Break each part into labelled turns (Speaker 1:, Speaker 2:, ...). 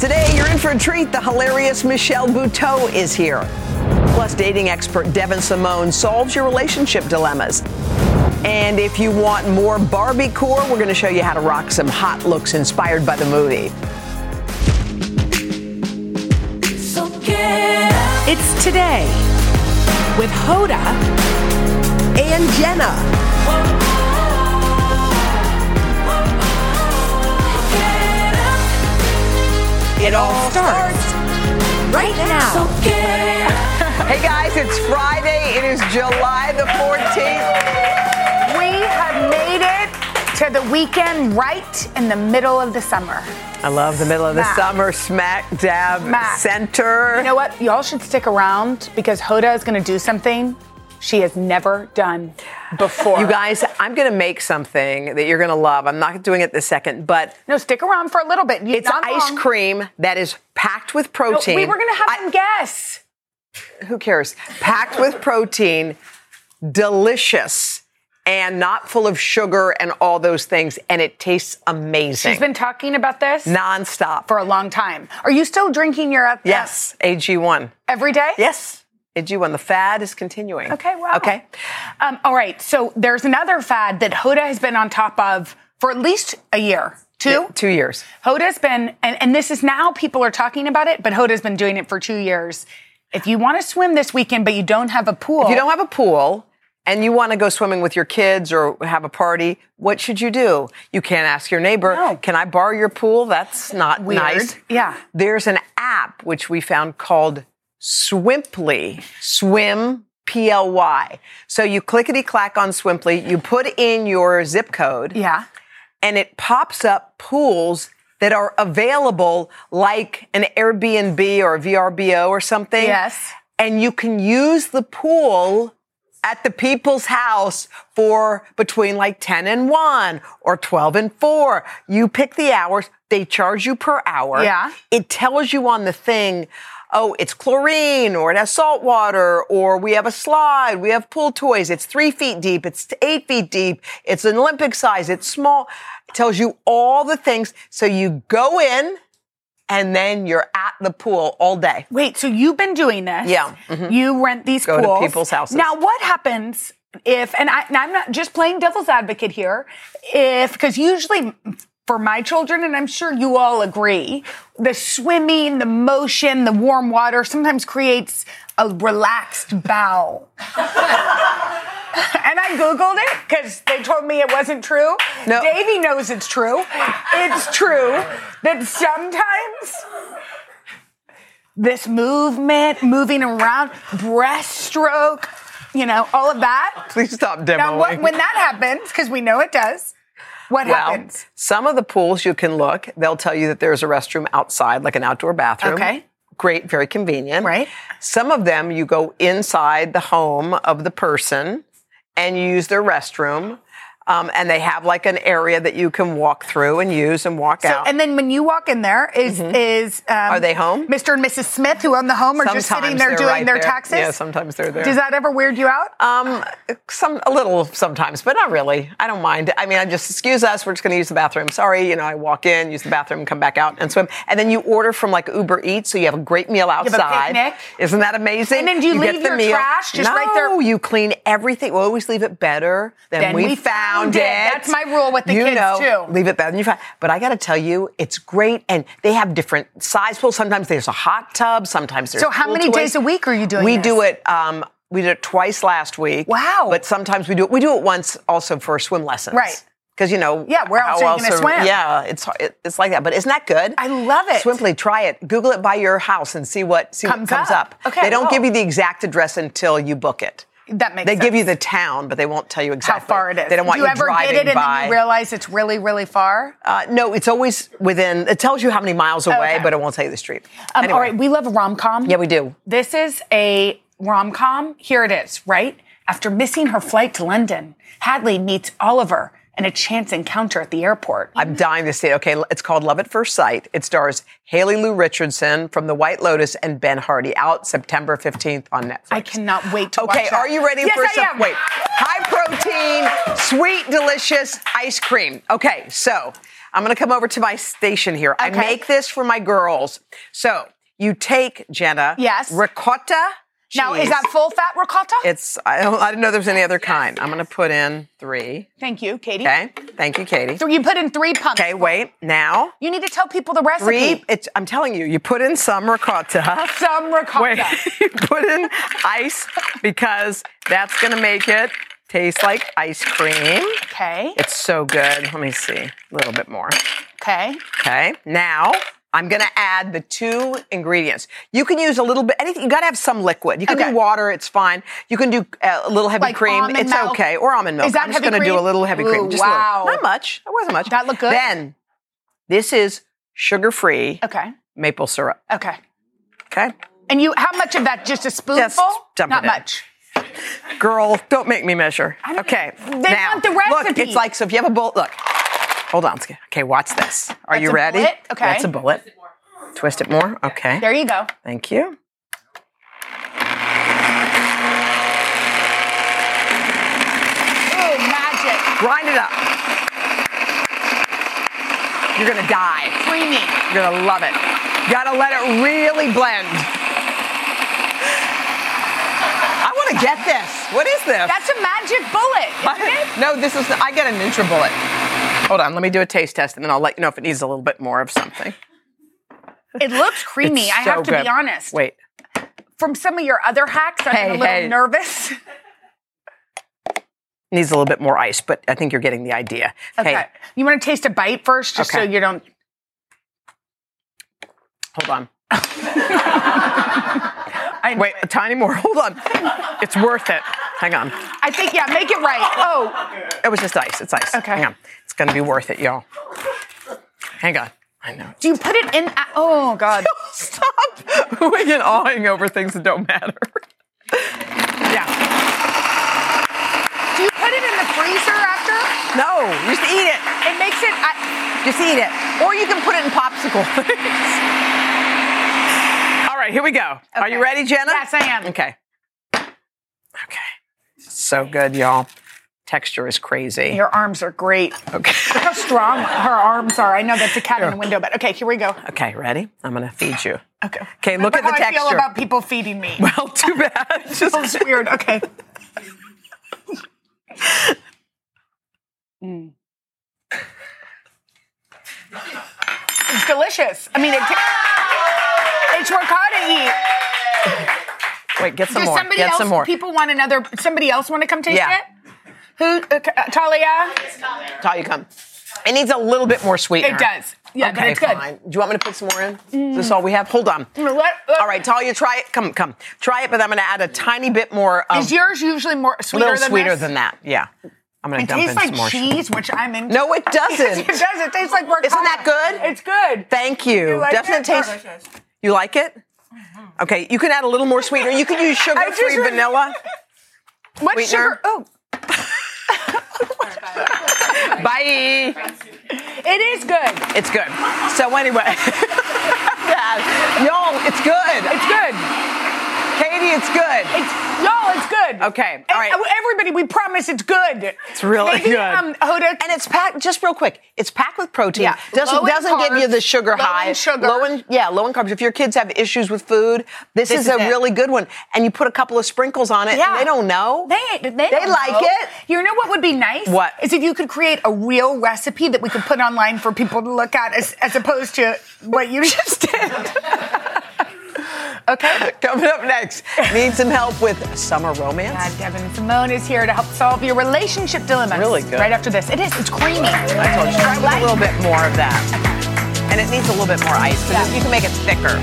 Speaker 1: Today, you're in for a treat. The hilarious Michelle Buteau is here. Plus, dating expert Devin Simone solves your relationship dilemmas. And if you want more Barbie core, we're going to show you how to rock some hot looks inspired by the movie.
Speaker 2: It's today with Hoda
Speaker 1: and Jenna. It all starts
Speaker 2: right now.
Speaker 1: Hey guys, it's Friday. It is July the 14th.
Speaker 3: We have made it to the weekend right in the middle of the summer.
Speaker 1: I love the middle of the
Speaker 3: Smack.
Speaker 1: summer smack dab
Speaker 3: Smack.
Speaker 1: center.
Speaker 3: You know what? Y'all should stick around because Hoda is going to do something she has never done before.
Speaker 1: You guys, I'm going to make something that you're going to love. I'm not doing it this second, but
Speaker 3: no, stick around for a little bit.
Speaker 1: it's
Speaker 3: Not
Speaker 1: ice
Speaker 3: long.
Speaker 1: cream that is packed with
Speaker 3: No,
Speaker 1: protein.
Speaker 3: we were going to have
Speaker 1: I-
Speaker 3: them guess.
Speaker 1: who cares? Packed with protein, delicious, and not full of sugar and all those things, and it tastes amazing.
Speaker 3: She's been talking about this
Speaker 1: nonstop.
Speaker 3: for a long time. Are you still drinking your uh,
Speaker 1: yes, AG1.
Speaker 3: every day?
Speaker 1: Yes, AG1. The fad is continuing.
Speaker 3: Okay, wow.
Speaker 1: Okay.
Speaker 3: Um, all right, so there's another fad that Hoda has been on top of for at least a year. Two?
Speaker 1: Two years.
Speaker 3: Hoda's been, and, and this is now people are talking about it, but Hoda's been doing it for two years. If you want to swim this weekend, but you don't have a pool,
Speaker 1: If you don't have a pool and you want to go swimming with your kids or have a party, what should you do? You can't ask your neighbor,
Speaker 3: No.
Speaker 1: can I borrow your pool? That's not
Speaker 3: Weird.
Speaker 1: nice.
Speaker 3: Yeah.
Speaker 1: There's an app which we found called Swimply. Swim. PLY. So you clickety clack on Swimply, you put in your zip code
Speaker 3: yeah,
Speaker 1: and it pops up pools that are available like an Airbnb or a VRBO or something.
Speaker 3: Yes.
Speaker 1: And you can use the pool at the people's house for between like 10 and 1 or 12 and 4. You pick the hours, they charge you per hour.
Speaker 3: Yeah.
Speaker 1: It tells you on the thing, oh, it's chlorine or it has salt water or we have a slide, we have pool toys, it's three feet deep, it's eight feet deep, it's an Olympic size, it's small. It tells you all the things. So you go in and then you're at the pool all day.
Speaker 3: wait. So you've been doing this.
Speaker 1: Yeah, mm-hmm.
Speaker 3: you rent these
Speaker 1: Go to
Speaker 3: pools.
Speaker 1: people's houses.
Speaker 3: Now, what happens if? And, I, and I'm not just playing devil's advocate here. If because usually. For my children, and I'm sure you all agree, the swimming, the motion, the warm water sometimes creates a relaxed bowel. and I Googled it because they told me it wasn't true.
Speaker 1: No.
Speaker 3: Davey knows it's true. It's true that sometimes this movement, moving around, breaststroke, you know, all of that.
Speaker 1: Please stop demoing.
Speaker 3: Now, what, when that happens, because we know it does, what
Speaker 1: Well,
Speaker 3: happens?
Speaker 1: some of the pools you can look, they'll tell you that there's a restroom outside, like an outdoor bathroom.
Speaker 3: Okay.
Speaker 1: Great, very convenient.
Speaker 3: Right.
Speaker 1: Some of them you go inside the home of the person and you use their restroom. Um, and they have like an area that you can walk through and use and walk
Speaker 3: So,
Speaker 1: out.
Speaker 3: and then when you walk in there, is- is um, are
Speaker 1: Mm-hmm. they home?
Speaker 3: Mr. and Mrs. Smith, who own the home, are just sitting
Speaker 1: Sometimes
Speaker 3: there
Speaker 1: they're
Speaker 3: doing
Speaker 1: right
Speaker 3: their
Speaker 1: there.
Speaker 3: taxes.
Speaker 1: Yeah, sometimes they're there.
Speaker 3: Does that ever weird you out?
Speaker 1: Um, some a little sometimes, but not really. I don't mind. I mean, I just excuse us. We're just going to use the bathroom. Sorry, you know, I walk in, use the bathroom, come back out and swim. And then you order from like Uber Eats, so you have a great meal
Speaker 3: have a
Speaker 1: outside.
Speaker 3: picnic.
Speaker 1: Isn't that amazing?
Speaker 3: And then do you
Speaker 1: get
Speaker 3: leave
Speaker 1: the
Speaker 3: your
Speaker 1: meal.
Speaker 3: trash just
Speaker 1: no,
Speaker 3: right there?
Speaker 1: you clean everything. We always leave it better than
Speaker 3: Than we found it. That's my rule with the
Speaker 1: you
Speaker 3: kids,
Speaker 1: know,
Speaker 3: too.
Speaker 1: Leave it better than you found. But I got to tell you, it's great, and they have different size pools. Sometimes there's a hot tub. Sometimes there's
Speaker 3: So how
Speaker 1: pool
Speaker 3: many
Speaker 1: toys.
Speaker 3: days a week are you doing
Speaker 1: We
Speaker 3: this?
Speaker 1: do it. Um, we did it twice last week.
Speaker 3: Wow.
Speaker 1: But sometimes we do it. We do it once also for swim lessons.
Speaker 3: Right.
Speaker 1: Because you know,
Speaker 3: Yeah, where else
Speaker 1: how
Speaker 3: are you gonna swim?
Speaker 1: Yeah, it's it, it's like that. But isn't that good?
Speaker 3: I love it.
Speaker 1: Swimply, try it. Google it by your house and see what see
Speaker 3: Comes
Speaker 1: what comes
Speaker 3: up.
Speaker 1: up.
Speaker 3: Okay,
Speaker 1: They don't
Speaker 3: cool.
Speaker 1: give you the exact address until you book it.
Speaker 3: That makes
Speaker 1: They
Speaker 3: sense.
Speaker 1: give you the town, but they won't tell you
Speaker 3: how
Speaker 1: exactly
Speaker 3: far it is.
Speaker 1: They don't want
Speaker 3: Do you, Um,
Speaker 1: you
Speaker 3: ever
Speaker 1: driving
Speaker 3: get it and
Speaker 1: by.
Speaker 3: then you realize it's really, really far?
Speaker 1: uh, no, it's always within. It tells you how many miles away,
Speaker 3: Oh, okay.
Speaker 1: but it won't tell you the street.
Speaker 3: Um,
Speaker 1: Anyway.
Speaker 3: All right, we love a rom com.
Speaker 1: Yeah, we do.
Speaker 3: This is a rom com. Here it is, right? After missing her flight to London, Hadley meets Oliver in a chance encounter at the airport.
Speaker 1: I'm dying to see it. Okay, it's called Love at First Sight. It stars Haley Lou Richardson from The White Lotus and Ben Hardy. Out September 15th on Netflix.
Speaker 3: I cannot wait to watch
Speaker 1: Okay,
Speaker 3: that.
Speaker 1: are you ready
Speaker 3: yes,
Speaker 1: for
Speaker 3: I
Speaker 1: some?
Speaker 3: am.
Speaker 1: Wait, high protein, sweet, delicious ice cream. Okay, so I'm going to come over to my station here. I
Speaker 3: Okay.
Speaker 1: make this for my girls. So you take Jenna.
Speaker 3: Yes.
Speaker 1: Ricotta.
Speaker 3: Now, is
Speaker 1: cheese.
Speaker 3: that full fat ricotta?
Speaker 1: It's. I don't. I didn't know there was any other kind. I'm going to put in three.
Speaker 3: Thank you, Katie.
Speaker 1: Okay. Thank you, Katie.
Speaker 3: So you put in three pumps.
Speaker 1: Okay. Wait. Now.
Speaker 3: You need to tell people the recipe.
Speaker 1: Three. It's, I'm telling you, you put in some ricotta.
Speaker 3: Some ricotta.
Speaker 1: Wait, you put in ice because that's going to make it taste like ice cream.
Speaker 3: Okay.
Speaker 1: It's so good. Let me see a little bit more.
Speaker 3: Okay.
Speaker 1: Okay. Now I'm going to add the two ingredients. You can use a little bit, anything. You got to have some liquid. You can
Speaker 3: Okay.
Speaker 1: do water. It's fine. You can do uh, a little heavy
Speaker 3: Like
Speaker 1: cream.
Speaker 3: almond
Speaker 1: It's
Speaker 3: milk?
Speaker 1: okay. Or almond milk.
Speaker 3: Is that
Speaker 1: I'm just
Speaker 3: heavy
Speaker 1: gonna do
Speaker 3: cream?
Speaker 1: a little heavy cream.
Speaker 3: Ooh,
Speaker 1: Just a little.
Speaker 3: wow.
Speaker 1: Not much. That wasn't much.
Speaker 3: That looked good.
Speaker 1: Then this is sugar-free
Speaker 3: Okay.
Speaker 1: maple syrup.
Speaker 3: Okay.
Speaker 1: Okay.
Speaker 3: And you, how much of that? Just a spoonful?
Speaker 1: dump
Speaker 3: Not
Speaker 1: it in.
Speaker 3: much.
Speaker 1: Girl, don't make me measure.
Speaker 3: don't-
Speaker 1: Okay.
Speaker 3: They
Speaker 1: now,
Speaker 3: want the
Speaker 1: Look,
Speaker 3: recipe.
Speaker 1: it's like, so if you have a bullet, look. Hold on. let's get- Okay, watch this. Are
Speaker 3: That's
Speaker 1: you
Speaker 3: a
Speaker 1: ready?
Speaker 3: bullet? Okay.
Speaker 1: That's a bullet. Twist it more. Okay.
Speaker 3: There you go.
Speaker 1: Thank you.
Speaker 3: Ooh, Oh, magic.
Speaker 1: Grind it up. You're going to die.
Speaker 3: Creamy.
Speaker 1: You're going to love it. You got to let it really blend. I want to get this. What is this?
Speaker 3: That's a magic bullet, isn't it?
Speaker 1: no, this is. The, I get a Nutra bullet. Hold on, let me do a taste test, and then I'll let you know if it needs a little bit more of something.
Speaker 3: It looks creamy.
Speaker 1: It's
Speaker 3: I
Speaker 1: so
Speaker 3: have to
Speaker 1: good.
Speaker 3: be honest.
Speaker 1: Wait,
Speaker 3: From some of your other hacks, I'm
Speaker 1: Hey,
Speaker 3: a little
Speaker 1: hey.
Speaker 3: nervous.
Speaker 1: needs a little bit more ice, but I think you're getting the idea.
Speaker 3: Okay.
Speaker 1: Hey,
Speaker 3: You want to taste a bite first, just
Speaker 1: Okay.
Speaker 3: so you don't.
Speaker 1: hold on.
Speaker 3: I,
Speaker 1: Wait, a tiny more. Hold on. It's worth it. Hang on.
Speaker 3: I think yeah. Make it right. Oh,
Speaker 1: It was just ice. It's ice.
Speaker 3: Okay.
Speaker 1: Hang on. It's gonna be worth it, y'all. Hang on. I know.
Speaker 3: do you put it in? Oh God.
Speaker 1: Stop oohing and awing over things that don't matter. yeah.
Speaker 3: Do you put it in the freezer after?
Speaker 1: No, just eat it.
Speaker 3: It makes it. I,
Speaker 1: Just eat it. Or you can put it in popsicle things. All right, here we go. Are you
Speaker 3: Okay.
Speaker 1: ready, Jenna?
Speaker 3: Yes, I am.
Speaker 1: Okay. Okay. So good, y'all. Texture is crazy.
Speaker 3: your arms are great.
Speaker 1: Okay.
Speaker 3: Look how strong her arms are. I know that's a cat in the window, but okay, here we go.
Speaker 1: Okay, ready? I'm going to feed you.
Speaker 3: Okay.
Speaker 1: Okay, look at
Speaker 3: how
Speaker 1: the
Speaker 3: I feel
Speaker 1: texture.
Speaker 3: about people feeding me.
Speaker 1: Well, too bad. Just
Speaker 3: It's Oh, weird. Okay.
Speaker 1: Mm.
Speaker 3: It's delicious. I mean, it it's ricotta eat.
Speaker 1: wait, get some
Speaker 3: Does
Speaker 1: more.
Speaker 3: somebody
Speaker 1: get
Speaker 3: else?
Speaker 1: some more.
Speaker 3: People want another. Somebody else want to come taste
Speaker 1: Yeah.
Speaker 3: it? Who? Uh, Talia.
Speaker 1: That's how you come. It needs a little bit more sweetener.
Speaker 3: It does. Yeah,
Speaker 1: okay,
Speaker 3: but it's good. Mm,
Speaker 1: fine. Do you want me to put some more in? Is this all we have? Hold on.
Speaker 3: Let- let-
Speaker 1: All right, Talia, try it. Come, come. Try it, but I'm going to add a tiny bit more. Um,
Speaker 3: Is yours usually more
Speaker 1: a
Speaker 3: sweeter
Speaker 1: little
Speaker 3: than
Speaker 1: sweeter
Speaker 3: this?
Speaker 1: than that. Yeah. I'm going to
Speaker 3: It
Speaker 1: dump in
Speaker 3: tastes like
Speaker 1: some more. sugar.
Speaker 3: cheese, which I'm into.
Speaker 1: No, it doesn't.
Speaker 3: it does. It tastes like ricotta.
Speaker 1: that good?
Speaker 3: It's good.
Speaker 1: Thank you.
Speaker 3: You like Oh,
Speaker 1: Doesn't it,
Speaker 3: it?
Speaker 1: taste? You like it? Okay, you can add a little more sweetener. You can use
Speaker 3: I just
Speaker 1: sugar-free
Speaker 3: re-
Speaker 1: vanilla.
Speaker 3: What
Speaker 1: Sweetener?
Speaker 3: sugar? Oh,
Speaker 1: Bye.
Speaker 3: it is good.
Speaker 1: It's good. So anyway, Yeah. y'all, it's good.
Speaker 3: It's good.
Speaker 1: Katie, it's good.
Speaker 3: It's y'all. It's good.
Speaker 1: Okay, all
Speaker 3: And,
Speaker 1: right.
Speaker 3: uh, everybody, we promise it's good.
Speaker 1: It's really
Speaker 3: Maybe,
Speaker 1: good.
Speaker 3: Um, Hoda,
Speaker 1: and it's packed. Just real quick, it's packed with protein.
Speaker 3: Yeah. Low
Speaker 1: Doesn't
Speaker 3: in
Speaker 1: doesn't give you the
Speaker 3: carbs,
Speaker 1: sugar
Speaker 3: low
Speaker 1: high.
Speaker 3: in sugar.
Speaker 1: Low in yeah, low in carbs. If your kids have issues with food, this, is,
Speaker 3: is
Speaker 1: a
Speaker 3: it.
Speaker 1: really good one. And you put a couple of sprinkles on it,
Speaker 3: Yeah.
Speaker 1: and they don't know.
Speaker 3: They they,
Speaker 1: They
Speaker 3: don't
Speaker 1: like
Speaker 3: know.
Speaker 1: it.
Speaker 3: You know what would be nice?
Speaker 1: What?
Speaker 3: is if you could create a real recipe that we could put online for people to look at, as, as opposed to what you just did. okay.
Speaker 1: Coming up next, need some help with summer romance.
Speaker 3: Uh, Devin Simone is here to help solve your relationship dilemmas.
Speaker 1: Really good.
Speaker 3: Right after this, it is. It's creamy.
Speaker 1: I told you, try with a little bit more of that. And it needs a little bit more ice because
Speaker 3: Yeah.
Speaker 1: you can make it thicker.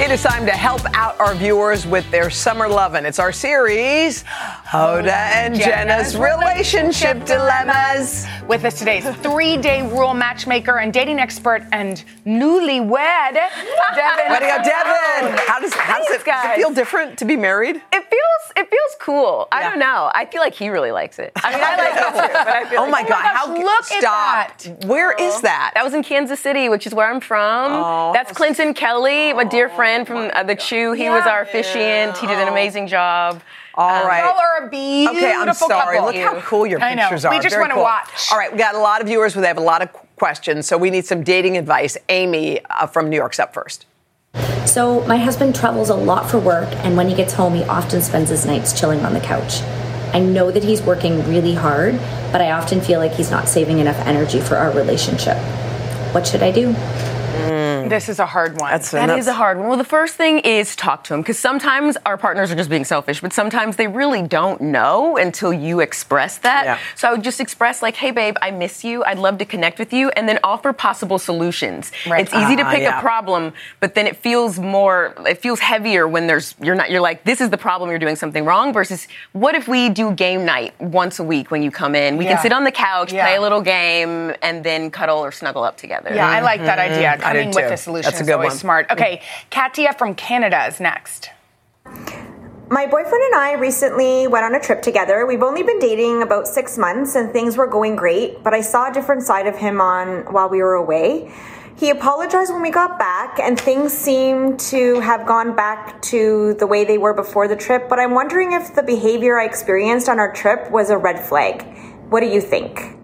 Speaker 1: It is time to help out our viewers with their summer lovin'. It's our series, Hoda and Jenna's Relationship Dilemmas.
Speaker 3: With us today is three-day rule matchmaker and dating expert and newlywed, Devin.
Speaker 1: Way to go,
Speaker 3: Simone.
Speaker 1: Devin! How does, how does, it,
Speaker 4: Thanks,
Speaker 1: does it
Speaker 4: guys.
Speaker 1: feel different to be married?
Speaker 4: It feels it feels cool. I
Speaker 1: Yeah.
Speaker 4: don't know. I feel like he really likes it. I mean, I like it too, but I feel
Speaker 1: Oh my God!
Speaker 3: gosh,
Speaker 1: how
Speaker 3: look at
Speaker 1: stop?
Speaker 3: that.
Speaker 1: Where is that?
Speaker 4: that was in Kansas City, which is where I'm from.
Speaker 1: Oh.
Speaker 4: That's Clinton Kelly, my dear friend from uh, the Chew. He was
Speaker 3: Yeah.
Speaker 4: our officiant. He did an amazing job. Um,
Speaker 1: All right.
Speaker 3: Y'all are a beautiful
Speaker 1: Okay, I'm sorry.
Speaker 3: couple.
Speaker 1: Look how cool your
Speaker 3: I know.
Speaker 1: pictures are.
Speaker 3: We just
Speaker 1: Very
Speaker 3: wanna
Speaker 1: cool.
Speaker 3: watch.
Speaker 1: All right, we got a lot of viewers who they have a lot of qu- questions, so we need some dating advice. Amy uh, from New York's up first.
Speaker 5: So, my husband travels a lot for work, and when he gets home, he often spends his nights chilling on the couch. I know that he's working really hard, but I often feel like he's not saving enough energy for our relationship. What should I do?
Speaker 3: This is a hard one.
Speaker 1: That's
Speaker 6: That is a hard one. Well, the first thing is talk to him because sometimes our partners are just being selfish, but sometimes they really don't know until you express that.
Speaker 1: Yeah.
Speaker 6: So I would just express like, "Hey, babe, I miss you. I'd love to connect with you," and then offer possible solutions.
Speaker 3: Right. Uh-huh,
Speaker 6: It's easy to
Speaker 1: Ah,
Speaker 6: pick
Speaker 1: yeah.
Speaker 6: a problem, but then it feels more, it feels heavier when there's you're not. You're like, "This is the problem. You're doing something wrong." Versus, what if we do game night once a week when you come in? We
Speaker 3: Yeah.
Speaker 6: can sit on the couch,
Speaker 3: Yeah.
Speaker 6: play a little game, and then cuddle or snuggle up together. Mm-hmm.
Speaker 3: Yeah, I like that idea.
Speaker 1: Mm-hmm. do
Speaker 3: Coming with
Speaker 1: too.
Speaker 3: a solution
Speaker 1: That's a
Speaker 3: is
Speaker 1: good
Speaker 3: always
Speaker 1: one.
Speaker 3: smart. Okay, Katia from Canada is next.
Speaker 7: My boyfriend and I recently went on a trip together. We've only been dating about six months and things were going great, but I saw a different side of him on while we were away. He apologized when we got back and things seem to have gone back to the way they were before the trip, but I'm wondering if the behavior I experienced on our trip was a red flag. What do you think?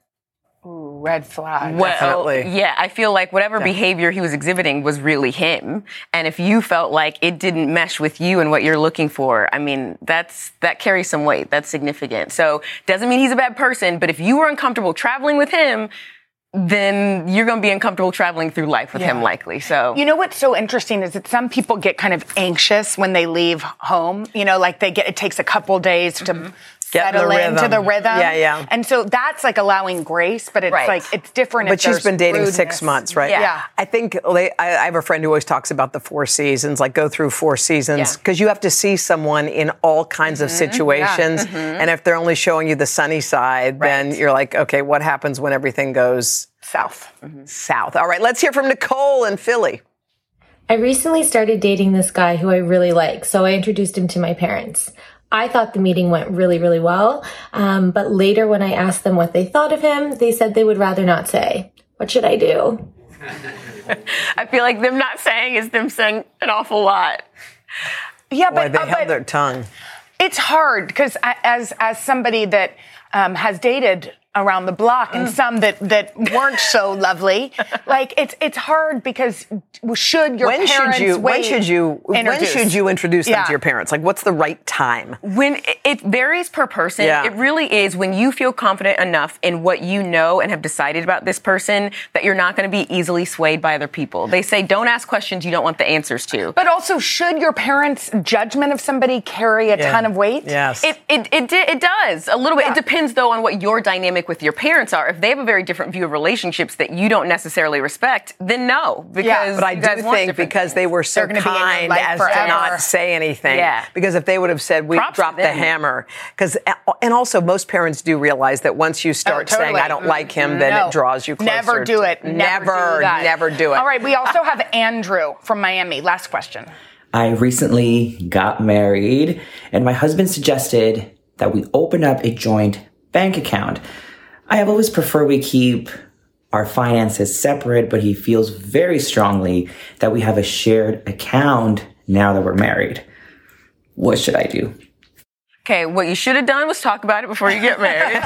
Speaker 3: Ooh, red flag.
Speaker 6: Well,
Speaker 1: Definitely.
Speaker 6: yeah, I feel like whatever behavior he was exhibiting was really him. And if you felt like it didn't mesh with you and what you're looking for, I mean, that's that carries some weight. That's significant. So doesn't mean he's a bad person, but if you were uncomfortable traveling with him, then you're going to be uncomfortable traveling through life with him, likely. So
Speaker 3: You know what's so interesting is that some people get kind of anxious when they leave home. You know, like they get it takes a couple days to
Speaker 1: Mm-hmm. Get in the
Speaker 3: settle into
Speaker 1: rhythm.
Speaker 3: the rhythm.
Speaker 1: Yeah, yeah.
Speaker 3: And so that's like allowing grace, but it's
Speaker 6: Right.
Speaker 3: like it's different.
Speaker 1: But
Speaker 3: if
Speaker 1: she's
Speaker 3: there's
Speaker 1: been dating six
Speaker 3: rudeness.
Speaker 1: months, right?
Speaker 3: Yeah. Yeah.
Speaker 1: I think la- I I have a friend who always talks about the four seasons, like go through four seasons,
Speaker 6: Yeah.
Speaker 1: because you have to see someone in all kinds of
Speaker 3: Mm-hmm.
Speaker 1: situations. And if they're only showing you the sunny side, then you're like, okay, what happens when everything goes
Speaker 3: South. Mm-hmm.
Speaker 1: south? All right, let's hear from Nicole in Philly.
Speaker 8: I recently started dating this guy who I really like, so I introduced him to my parents. I thought the meeting went really, really well, um, but later when I asked them what they thought of him, they said they would rather not say. What should I do?
Speaker 6: I feel like them not saying is them saying an awful lot.
Speaker 3: Yeah,
Speaker 1: Boy,
Speaker 3: but,
Speaker 1: they
Speaker 3: uh,
Speaker 1: held
Speaker 3: but
Speaker 1: their tongue.
Speaker 3: it's hard because as as somebody that um, has dated around the block
Speaker 1: Mm.
Speaker 3: and some that that weren't so lovely, like it's it's hard because should your
Speaker 1: When
Speaker 3: parents
Speaker 1: should you? When
Speaker 3: wait
Speaker 1: should you? When
Speaker 3: introduce?
Speaker 1: should you introduce them
Speaker 3: Yeah.
Speaker 1: to your parents? Like, what's the right time?
Speaker 6: when it- it varies per person
Speaker 1: Yeah.
Speaker 6: it really is when you feel confident enough in what you know and have decided about this person that you're not going to be easily swayed by other people they say don't ask questions you don't want the answers to
Speaker 3: But also, should your parents' judgment of somebody carry a ton of weight?
Speaker 1: Yes.
Speaker 6: it, it, it, di- it does a little bit. It depends though on what your dynamic with your parents are. If they have a very different view of relationships that you don't necessarily respect, then no. Because
Speaker 1: But I
Speaker 6: you
Speaker 1: do
Speaker 6: guys want
Speaker 1: think
Speaker 6: different
Speaker 1: because they
Speaker 6: things.
Speaker 1: were so
Speaker 3: They're gonna be in your
Speaker 1: kind
Speaker 3: life
Speaker 1: as to
Speaker 3: forever.
Speaker 1: not say anything.
Speaker 6: Yeah.
Speaker 1: Because if they would have said, we
Speaker 6: Props to
Speaker 1: dropped the
Speaker 6: them.
Speaker 1: hammer. Because and also most parents do realize that once you start
Speaker 3: Oh,
Speaker 1: saying I
Speaker 3: totally.
Speaker 1: don't like him, then
Speaker 3: No.
Speaker 1: it draws you closer.
Speaker 3: Never do
Speaker 1: to-
Speaker 3: it. Never, do that.
Speaker 1: never do it.
Speaker 3: All right. We also have Andrew from Miami. Last question.
Speaker 9: I recently got married, and my husband suggested that we open up a joint bank account. I have always preferred we keep our finances separate, but he feels very strongly that we have a shared account now that we're married. What should I do?
Speaker 6: Okay, what you should have done was talk about it before you get married.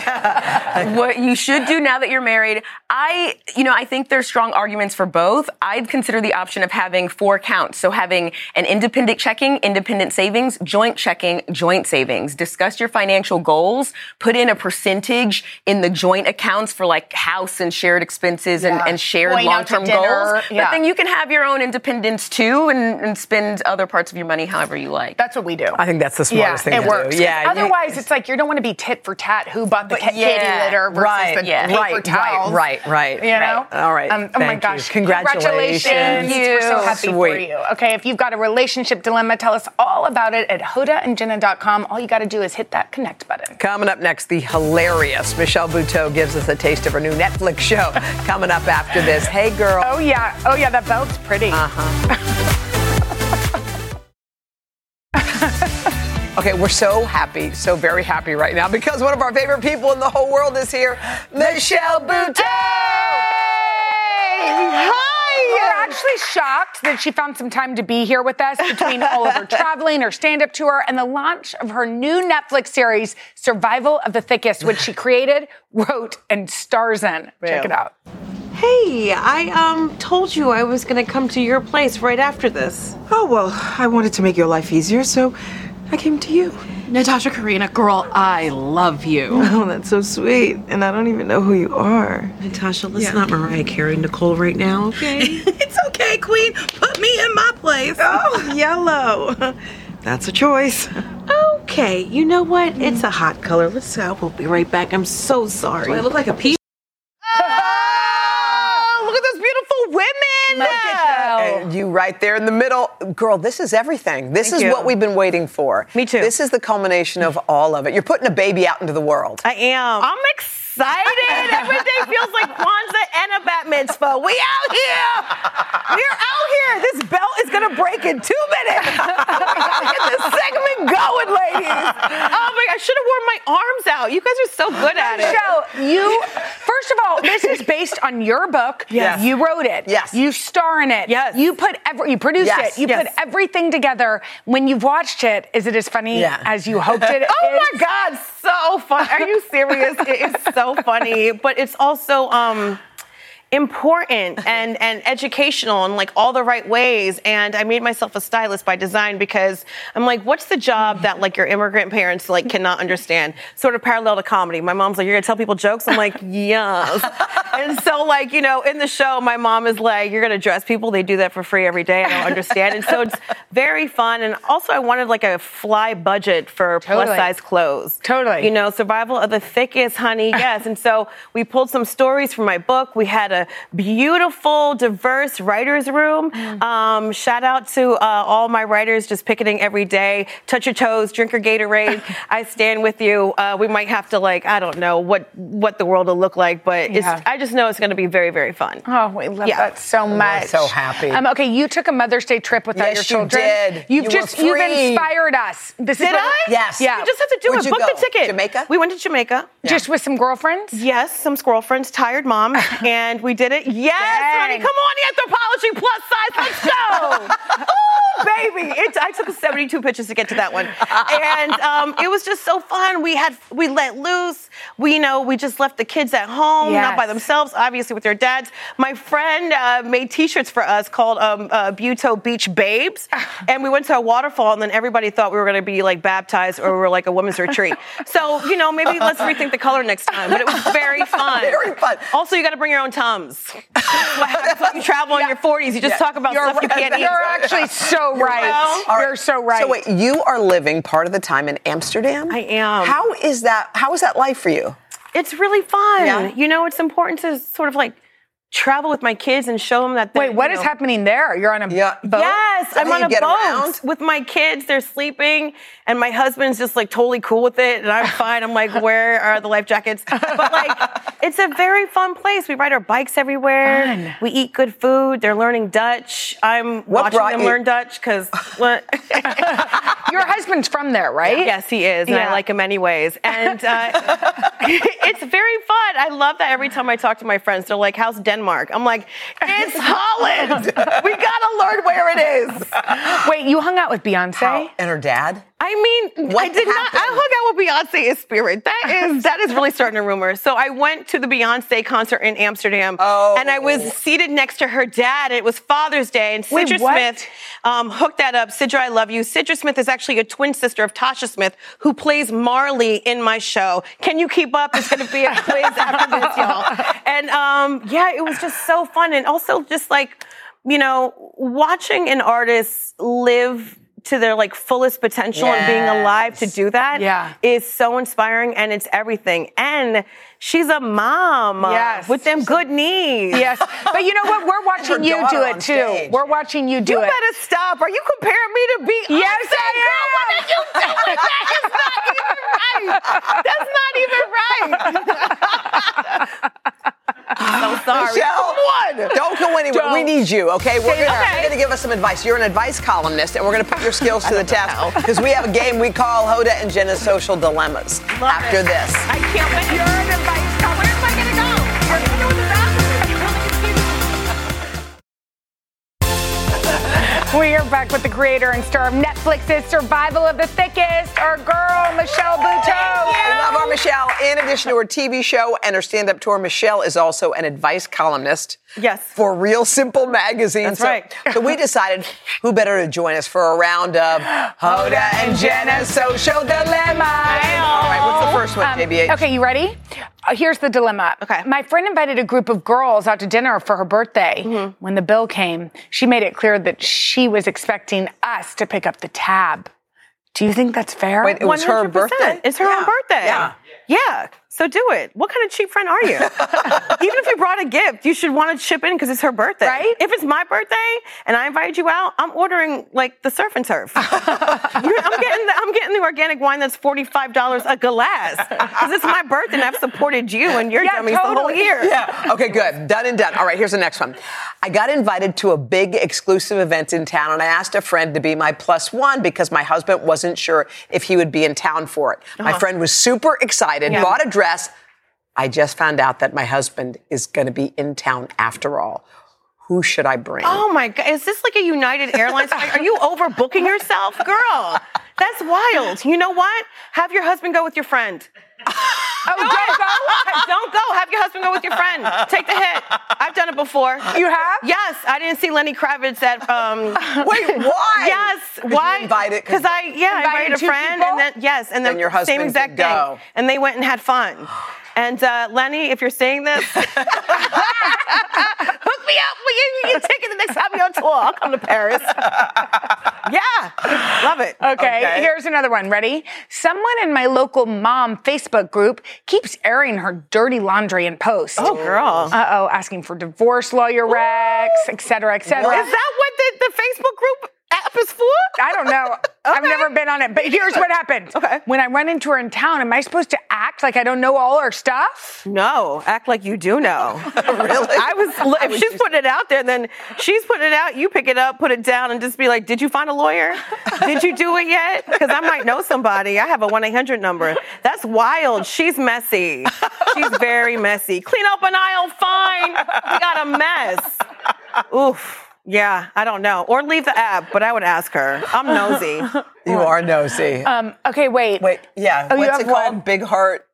Speaker 6: what you should do now that you're married, I, you know, I think there's strong arguments for both. I'd consider the option of having four accounts. So having an independent checking, independent savings, joint checking, joint savings. Discuss your financial goals, put in a percentage in the joint accounts for like house and shared expenses and,
Speaker 3: Yeah.
Speaker 6: and shared
Speaker 3: Going out to
Speaker 6: long-term
Speaker 3: dinner,
Speaker 6: goals.
Speaker 3: yeah.
Speaker 6: But then you can have your own independence too and, and spend other parts of your money however you like.
Speaker 3: That's what we do.
Speaker 1: I think that's the smartest
Speaker 3: yeah,
Speaker 1: thing
Speaker 3: it
Speaker 1: to
Speaker 3: works.
Speaker 1: do. Yeah. you-
Speaker 3: Otherwise, it's like you don't want to be tit for tat. Who bought the ca-
Speaker 6: yeah,
Speaker 3: kitty litter versus
Speaker 1: right,
Speaker 3: the
Speaker 6: yeah.
Speaker 3: paper
Speaker 1: right, right,
Speaker 3: towels?
Speaker 1: right, right,
Speaker 3: You know.
Speaker 1: right. All right,
Speaker 3: Um, oh
Speaker 1: thank
Speaker 3: my
Speaker 1: you.
Speaker 3: gosh.
Speaker 1: Congratulations.
Speaker 3: Congratulations.
Speaker 6: Thank
Speaker 3: We're so
Speaker 6: you.
Speaker 3: happy for
Speaker 1: Sweet.
Speaker 3: you. Okay. If you've got a relationship dilemma, tell us all about it at hodaandjenna.com. All you got to do is hit that connect button.
Speaker 1: Coming up next, the hilarious Michelle Buteau gives us a taste of her new Netflix show. Coming up after this, hey girl.
Speaker 3: Oh yeah. Oh yeah. That belt's pretty.
Speaker 1: Okay, we're so happy, so very happy right now because one of our favorite people in the whole world is here, Michelle Buteau. Hi.
Speaker 3: actually shocked that she found some time to be here with us between all of her traveling, her stand up tour, and the launch of her new Netflix series, Survival of the Thickest, which she created, wrote, and stars in. Check it out.
Speaker 10: Hey, I um told you I was gonna come to your place right after this.
Speaker 11: Oh, well, I wanted to make your life easier, so I came to you.
Speaker 6: Natasha Karina, girl, I love you.
Speaker 11: Oh, that's so sweet. And I don't even know who you are.
Speaker 10: Natasha, let's not Mariah Carey Nicole right now, okay?
Speaker 6: it's okay, Queen. Put me in my place.
Speaker 11: Oh, yellow. That's a choice.
Speaker 10: okay, you know what? It's a hot color. Let's go. We'll be right back. I'm so sorry.
Speaker 6: I look like a pea.
Speaker 1: Oh, look at those beautiful women. And you right there in the middle. Girl, this is everything. This is
Speaker 6: you.
Speaker 1: what we've been waiting for.
Speaker 6: Me too.
Speaker 1: This is the culmination of all of it. You're putting a baby out into the world.
Speaker 6: I am.
Speaker 4: I'm excited. Every day feels like Kwanzaa and a bat mitzvah. We out here. We're out here. This belt is gonna break in two minutes. Get this segment going, ladies. Oh my! I should have worn my arms out. You guys are so good at it.
Speaker 3: So you, first of all, this is based on your book.
Speaker 1: Yes.
Speaker 3: You wrote it.
Speaker 1: Yes.
Speaker 3: You star in it.
Speaker 6: Yes.
Speaker 3: You put every, you produced
Speaker 1: Yes.
Speaker 3: it. You
Speaker 6: Yes.
Speaker 3: put everything together. When you've watched it, is it as funny
Speaker 1: Yeah.
Speaker 3: as you hoped it?
Speaker 6: Oh
Speaker 3: is?
Speaker 6: my God, so fun. Are you serious? it is so funny, but it's also um, important and, and educational in like all the right ways. And I made myself a stylist by design because I'm like, what's the job that like your immigrant parents like cannot understand? Sort of parallel to comedy. My mom's like, you're gonna tell people jokes? I'm like, yes. and so like, you know, in the show, my mom is like, you're gonna dress people. They do that for free every day. I don't understand. and so it's very fun. And also I wanted like a fly budget for plus
Speaker 3: Totally.
Speaker 6: size clothes.
Speaker 3: Totally.
Speaker 6: You know, survival of the thickest, honey. Yes. and so we pulled some stories from my book. We had a beautiful, diverse writers' room.
Speaker 10: Mm.
Speaker 6: Um, shout out to uh, all my writers just picketing every day. Touch your toes, drink your Gatorade. I stand with you. Uh, we might have to like, I don't know what what the world will look like, but
Speaker 3: Yeah.
Speaker 6: it's, I just know it's going to be very, very fun.
Speaker 3: Oh, we love
Speaker 6: Yeah.
Speaker 3: that so much.
Speaker 1: so happy.
Speaker 3: Um, okay, you took a Mother's Day trip without
Speaker 1: Yes,
Speaker 3: your
Speaker 1: you
Speaker 3: children.
Speaker 1: did.
Speaker 3: You've
Speaker 1: You were
Speaker 3: just you've
Speaker 1: free.
Speaker 3: inspired us. This is
Speaker 6: Did
Speaker 3: what-
Speaker 6: I?
Speaker 1: Yes.
Speaker 3: Yeah.
Speaker 6: You just have to do
Speaker 1: Where'd
Speaker 6: it.
Speaker 1: you
Speaker 6: Book
Speaker 1: go?
Speaker 6: the ticket.
Speaker 1: Jamaica?
Speaker 6: We went to Jamaica.
Speaker 3: Just with some girlfriends.
Speaker 6: Yes, some squirrel friends, tired mom, and we did it. Yes, honey,
Speaker 3: Dang.
Speaker 6: come on, the anthropology plus size, let's go. Ooh, baby, it, I took 72 pictures to get to that one, and um, it was just so fun. We had we let loose. We you know we just left the kids at home, not by
Speaker 3: Yes.
Speaker 6: themselves, obviously with their dads. My friend uh, made T-shirts for us called um, uh, Buto Beach Babes, and we went to a waterfall, and then everybody thought we were going to be like baptized or we were like a women's retreat. So you know maybe let's rethink the color next time. But it was very fun.
Speaker 1: Very fun.
Speaker 6: Also, you got to bring your own tums. you travel in your 40s. You just talk about
Speaker 3: You're,
Speaker 6: stuff you can't eat.
Speaker 3: you're actually so right.
Speaker 1: All
Speaker 3: You're so right.
Speaker 1: So wait, you are living part of the time in Amsterdam.
Speaker 6: I am.
Speaker 1: How is that? How is that life for you?
Speaker 6: It's really fun.
Speaker 1: Yeah.
Speaker 6: You know, it's important to sort of like travel with my kids and show them that. they're,
Speaker 3: Wait, what
Speaker 6: you
Speaker 3: is
Speaker 6: know-
Speaker 3: happening there? You're on a
Speaker 1: Yeah.
Speaker 3: boat?
Speaker 6: Yes,
Speaker 1: that
Speaker 6: I'm
Speaker 1: how
Speaker 6: on
Speaker 1: you
Speaker 6: a
Speaker 1: get
Speaker 6: boat
Speaker 1: around?
Speaker 6: with my kids. They're sleeping, and my husband's just like totally cool with it, and I'm fine. I'm like, where are the life jackets? But like, it's a very fun place. We ride our bikes everywhere.
Speaker 3: Fun.
Speaker 6: We eat good food. They're learning Dutch. I'm watching
Speaker 1: brought
Speaker 6: them
Speaker 1: you-
Speaker 6: learn Dutch because what?
Speaker 3: Your husband's from there, right?
Speaker 6: yes, he is, and
Speaker 3: Yeah.
Speaker 6: I like him anyways. And uh, it's very fun. I love that every time I talk to my friends, they're like, "How's Denmark?" I'm like, "It's Holland. we gotta learn where it is."
Speaker 3: Wait, you hung out with Beyonce?
Speaker 1: How- and her dad.
Speaker 6: I mean,
Speaker 1: What
Speaker 6: I did not.
Speaker 1: happened?
Speaker 6: I hung out with Beyonce in spirit. That is that is really starting a rumor. So I went to the Beyonce concert in Amsterdam,
Speaker 1: Oh.
Speaker 6: and I was seated next to her dad. It was Father's Day, and
Speaker 3: Wait,
Speaker 6: Sidra
Speaker 3: what?
Speaker 6: Smith um, hooked that up. Sidra, I love you. Sidra Smith is actually a twin sister of Tasha Smith, who plays Marley in my show. Can you keep up? It's going to be a quiz after this, y'all. And um, yeah, it was just so fun, and also just like you know, watching an artist live to their like fullest potential and being alive to do that
Speaker 3: Yeah.
Speaker 6: is so inspiring and it's everything. And she's a mom uh,
Speaker 3: Yes.
Speaker 6: with them good knees.
Speaker 3: Yes. But you know what? We're watching
Speaker 1: her
Speaker 3: you do
Speaker 1: daughter
Speaker 3: it
Speaker 1: on
Speaker 3: too.
Speaker 1: stage.
Speaker 3: We're watching you do
Speaker 6: You
Speaker 3: it.
Speaker 6: better stop. Are you comparing me to be
Speaker 3: Yes, I am.
Speaker 6: That's not even right. so sorry.
Speaker 1: Michelle, Don't go anywhere. We need you, okay? We're gonna,
Speaker 6: okay.
Speaker 1: you're gonna give us some advice. You're an advice columnist, and we're gonna put your skills to the test because we have a game we call Hoda and Jenna's Social Dilemmas.
Speaker 6: Love
Speaker 1: after
Speaker 6: it.
Speaker 1: this.
Speaker 6: I can't wait. You're an advice. Where am I gonna go? We're gonna go to the bathroom.
Speaker 3: back with the creator and star of Netflix's Survival of the Thickest, our girl, Michelle Buteau.
Speaker 1: I love our Michelle. In addition to her TV show and her stand-up tour, Michelle is also an advice columnist.
Speaker 6: Yes.
Speaker 1: For Real Simple magazine.
Speaker 6: That's
Speaker 1: So-
Speaker 6: right.
Speaker 1: so we decided who better to join us for a round of Hoda and Jenna's social dilemma. All right, what's the first one,
Speaker 3: Um,
Speaker 1: JBH?
Speaker 3: Okay, you ready? Uh, here's the dilemma. Okay. My friend invited a group of girls out to dinner for her birthday.
Speaker 1: Mm-hmm.
Speaker 3: When the bill came, she made it clear that she was expecting us to pick up the tab. Do you think that's fair?
Speaker 1: Wait, it was her 100%. birthday?
Speaker 6: It's her own birthday.
Speaker 1: Yeah.
Speaker 6: Yeah. So do it. What kind of cheap friend are you? Even if you brought a gift, you should want to chip in because it's her birthday. Right? If it's my birthday and I invited you out, I'm ordering like the surf and turf. You're- I'm getting the, I'm getting the organic wine that's forty five dollars a glass because it's my birthday and I've supported you and your dummies the whole year.
Speaker 1: Yeah. Okay, good. Done and done. All right, here's the next one. I got invited to a big exclusive event in town, and I asked a friend to be my plus one because my husband wasn't sure if he would be in town for it. My
Speaker 6: Uh-huh.
Speaker 1: friend was super excited,
Speaker 6: Yeah.
Speaker 1: bought a dress. I just found out that my husband is going to be in town after all. Who should I bring?
Speaker 6: Oh my god, is this like a United Airlines? flight? Are you overbooking yourself, girl? That's wild. You know what? Have your husband go with your friend.
Speaker 3: Oh, don't go.
Speaker 6: Don't go. Have your husband go with your friend. Take the hit. I've done it before.
Speaker 3: You have?
Speaker 6: Yes. I didn't see Lenny Kravitz at. Um,
Speaker 1: Wait, why?
Speaker 6: Yes.
Speaker 1: Did you
Speaker 6: why?
Speaker 1: invite it?
Speaker 6: Because I yeah
Speaker 3: Invited
Speaker 6: I invited
Speaker 3: two
Speaker 6: a friend
Speaker 3: people?
Speaker 6: and then yes and then
Speaker 1: And your husband
Speaker 6: same exact
Speaker 1: could go.
Speaker 6: thing and they went and had fun. And uh, Lenny, if you're seeing this, hook me up. Will you you get a ticket the next time you're on tour? I'll come to Paris. yeah, love it.
Speaker 3: Okay, here's another one. Ready? Someone in my local mom Facebook group keeps airing her dirty laundry in posts.
Speaker 6: Oh, girl.
Speaker 3: Uh oh, asking for divorce lawyer Rex, et cetera, et cetera.
Speaker 6: Is that what the, the Facebook group app is for?
Speaker 3: I don't know. I've never been on it, but here's what happened.
Speaker 6: Okay.
Speaker 3: When I run into her in town, am I supposed to act like I don't know all her stuff?
Speaker 6: No, oh, act like you do know.
Speaker 1: Really?
Speaker 6: I was. If she's putting it out there, then she's putting it out. You pick it up, put it down, and just be like, "Did you find a lawyer? Did you do it yet? Because I might know somebody. I have a one eight hundred number. That's wild. She's messy. She's very messy. Clean up an aisle. Fine. We got a mess. Oof. Yeah, I don't know. Or leave the app, but I would ask her. I'm nosy.
Speaker 1: You are nosy.
Speaker 3: Um, okay, wait.
Speaker 1: Wait, yeah.
Speaker 3: Oh, you
Speaker 1: What's
Speaker 3: have
Speaker 1: it called?
Speaker 3: one.
Speaker 1: Big heart.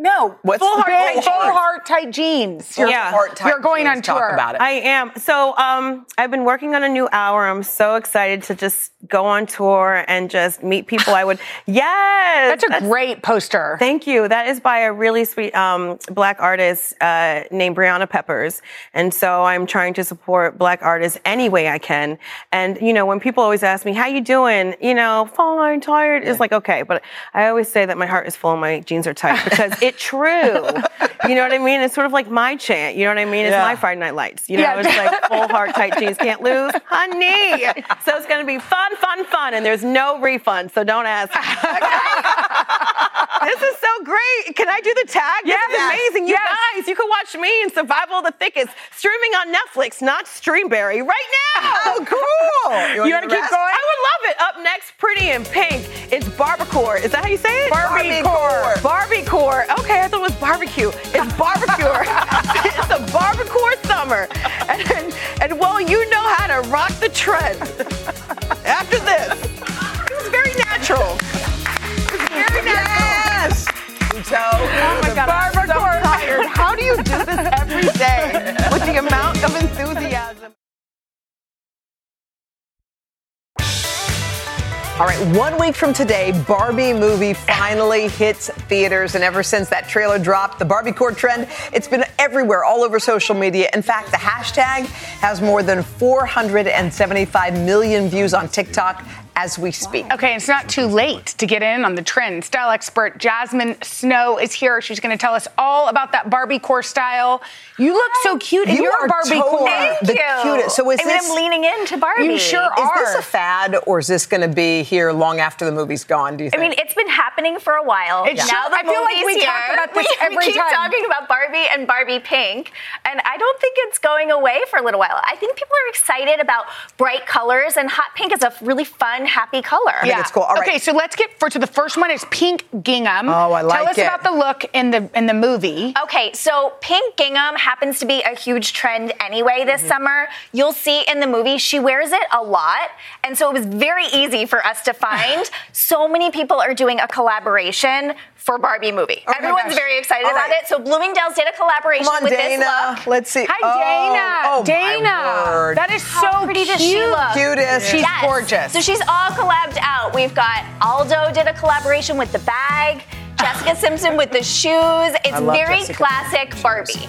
Speaker 3: No.
Speaker 1: What's
Speaker 3: full
Speaker 1: the
Speaker 3: heart,
Speaker 1: big
Speaker 3: full
Speaker 1: one?
Speaker 3: heart tight jeans.
Speaker 1: Your
Speaker 6: Yeah.
Speaker 1: heart type
Speaker 3: You're going
Speaker 1: jeans.
Speaker 3: on
Speaker 1: Talk
Speaker 3: tour.
Speaker 1: about it.
Speaker 6: I am. So um, I've been working on a new hour. I'm so excited to just go on tour and just meet people. I would. Yes.
Speaker 3: That's a great poster.
Speaker 6: Thank you. That is by a really sweet um, black artist uh, named Brianna Peppers. And so I'm trying to support black artists any way I can. And you know, when people always ask me, "How you doing?" You know, fine, tired. It's like okay, but I always say that my heart is full and my jeans are tight because it's true. You know what I mean? It's sort of like my chant. You know what I mean? It's
Speaker 1: Yeah.
Speaker 6: my Friday Night Lights. You know,
Speaker 3: Yeah.
Speaker 6: it's like full heart tight jeans can't lose, honey. So it's gonna be fun, fun, fun, and there's no refund. So don't ask. This is so great. Can I do the tag? This is
Speaker 3: Yes.
Speaker 6: amazing. You
Speaker 3: Yes.
Speaker 6: guys, you can watch me in Survival of the Thickest, streaming on Netflix, not Streamberry, right now.
Speaker 1: Oh, cool. You wanna
Speaker 6: You want
Speaker 1: do
Speaker 6: to
Speaker 1: the
Speaker 6: keep
Speaker 1: rest?
Speaker 6: going? I would love it. Up next, Pretty in Pink. It's Barbacore. Is that how you say it?
Speaker 1: Barbicore.
Speaker 6: Barbicore. Okay, I thought it was barbecue. It's barbecue. it's a barbacore summer. And, and, and well, you know how to rock the trend. After this, it was very natural. It was very natural.
Speaker 1: Yes.
Speaker 6: Oh my God, I'm so tired. How do you do this every day with the amount of enthusiasm?
Speaker 1: All right, one week from today, Barbie movie finally hits theaters. And ever since that trailer dropped, the Barbie core trend, it's been everywhere, all over social media. In fact, the hashtag has more than 475 million views on TikTok as we speak.
Speaker 3: Okay, it's not too late to get in on the trend. Style expert Jasmine Snow is here. She's going to tell us all about that Barbie core style. You look so cute in
Speaker 1: You
Speaker 3: your
Speaker 1: are
Speaker 3: Barbie
Speaker 1: totally
Speaker 3: core.
Speaker 1: the cutest. So is
Speaker 4: I mean,
Speaker 1: this,
Speaker 4: I'm leaning into Barbie.
Speaker 3: You sure
Speaker 1: is this
Speaker 3: are.
Speaker 1: a fad or is this going to be here long after the movie's gone, do you
Speaker 4: I
Speaker 1: think?
Speaker 4: mean, it's been happening for a while.
Speaker 3: It
Speaker 4: now
Speaker 3: sure-
Speaker 4: the
Speaker 3: I feel like
Speaker 4: movie's
Speaker 3: we
Speaker 4: here.
Speaker 3: talk about this
Speaker 4: We- we
Speaker 3: every
Speaker 4: keep
Speaker 3: time.
Speaker 4: talking about Barbie and Barbie Pink, and I
Speaker 12: don't think it's going away for a little while. I think people are excited about bright colors, and hot pink is a really fun, happy color.
Speaker 3: Yeah, Okay, so let's get for to the first one is pink gingham.
Speaker 12: Oh, I
Speaker 3: Tell
Speaker 12: like
Speaker 3: us
Speaker 12: it.
Speaker 3: about the look in the in the movie.
Speaker 12: Okay, so pink gingham happens to be a huge trend anyway this
Speaker 5: Mm-hmm.
Speaker 12: summer. You'll see in the movie, she wears it a lot. And so it was very easy for us to find. so many people are doing a collaboration for Barbie movie.
Speaker 1: Oh my
Speaker 12: Everyone's
Speaker 1: gosh.
Speaker 12: very excited
Speaker 1: All
Speaker 12: about
Speaker 1: right.
Speaker 12: it. So Bloomingdale's did a collaboration
Speaker 1: Come on,
Speaker 12: with
Speaker 1: Dana.
Speaker 12: this look.
Speaker 1: Let's see.
Speaker 12: Hi,
Speaker 1: Oh,
Speaker 12: Dana.
Speaker 1: Oh, my word.
Speaker 3: That is
Speaker 12: How pretty does she
Speaker 3: cute.
Speaker 12: look?
Speaker 1: Cutest. She's gorgeous.
Speaker 12: So she's all collabed out. We've got Aldo did a collaboration with the bag, Jessica Simpson with the shoes. It's
Speaker 3: love
Speaker 12: very
Speaker 3: Jessica
Speaker 12: classic Barbie.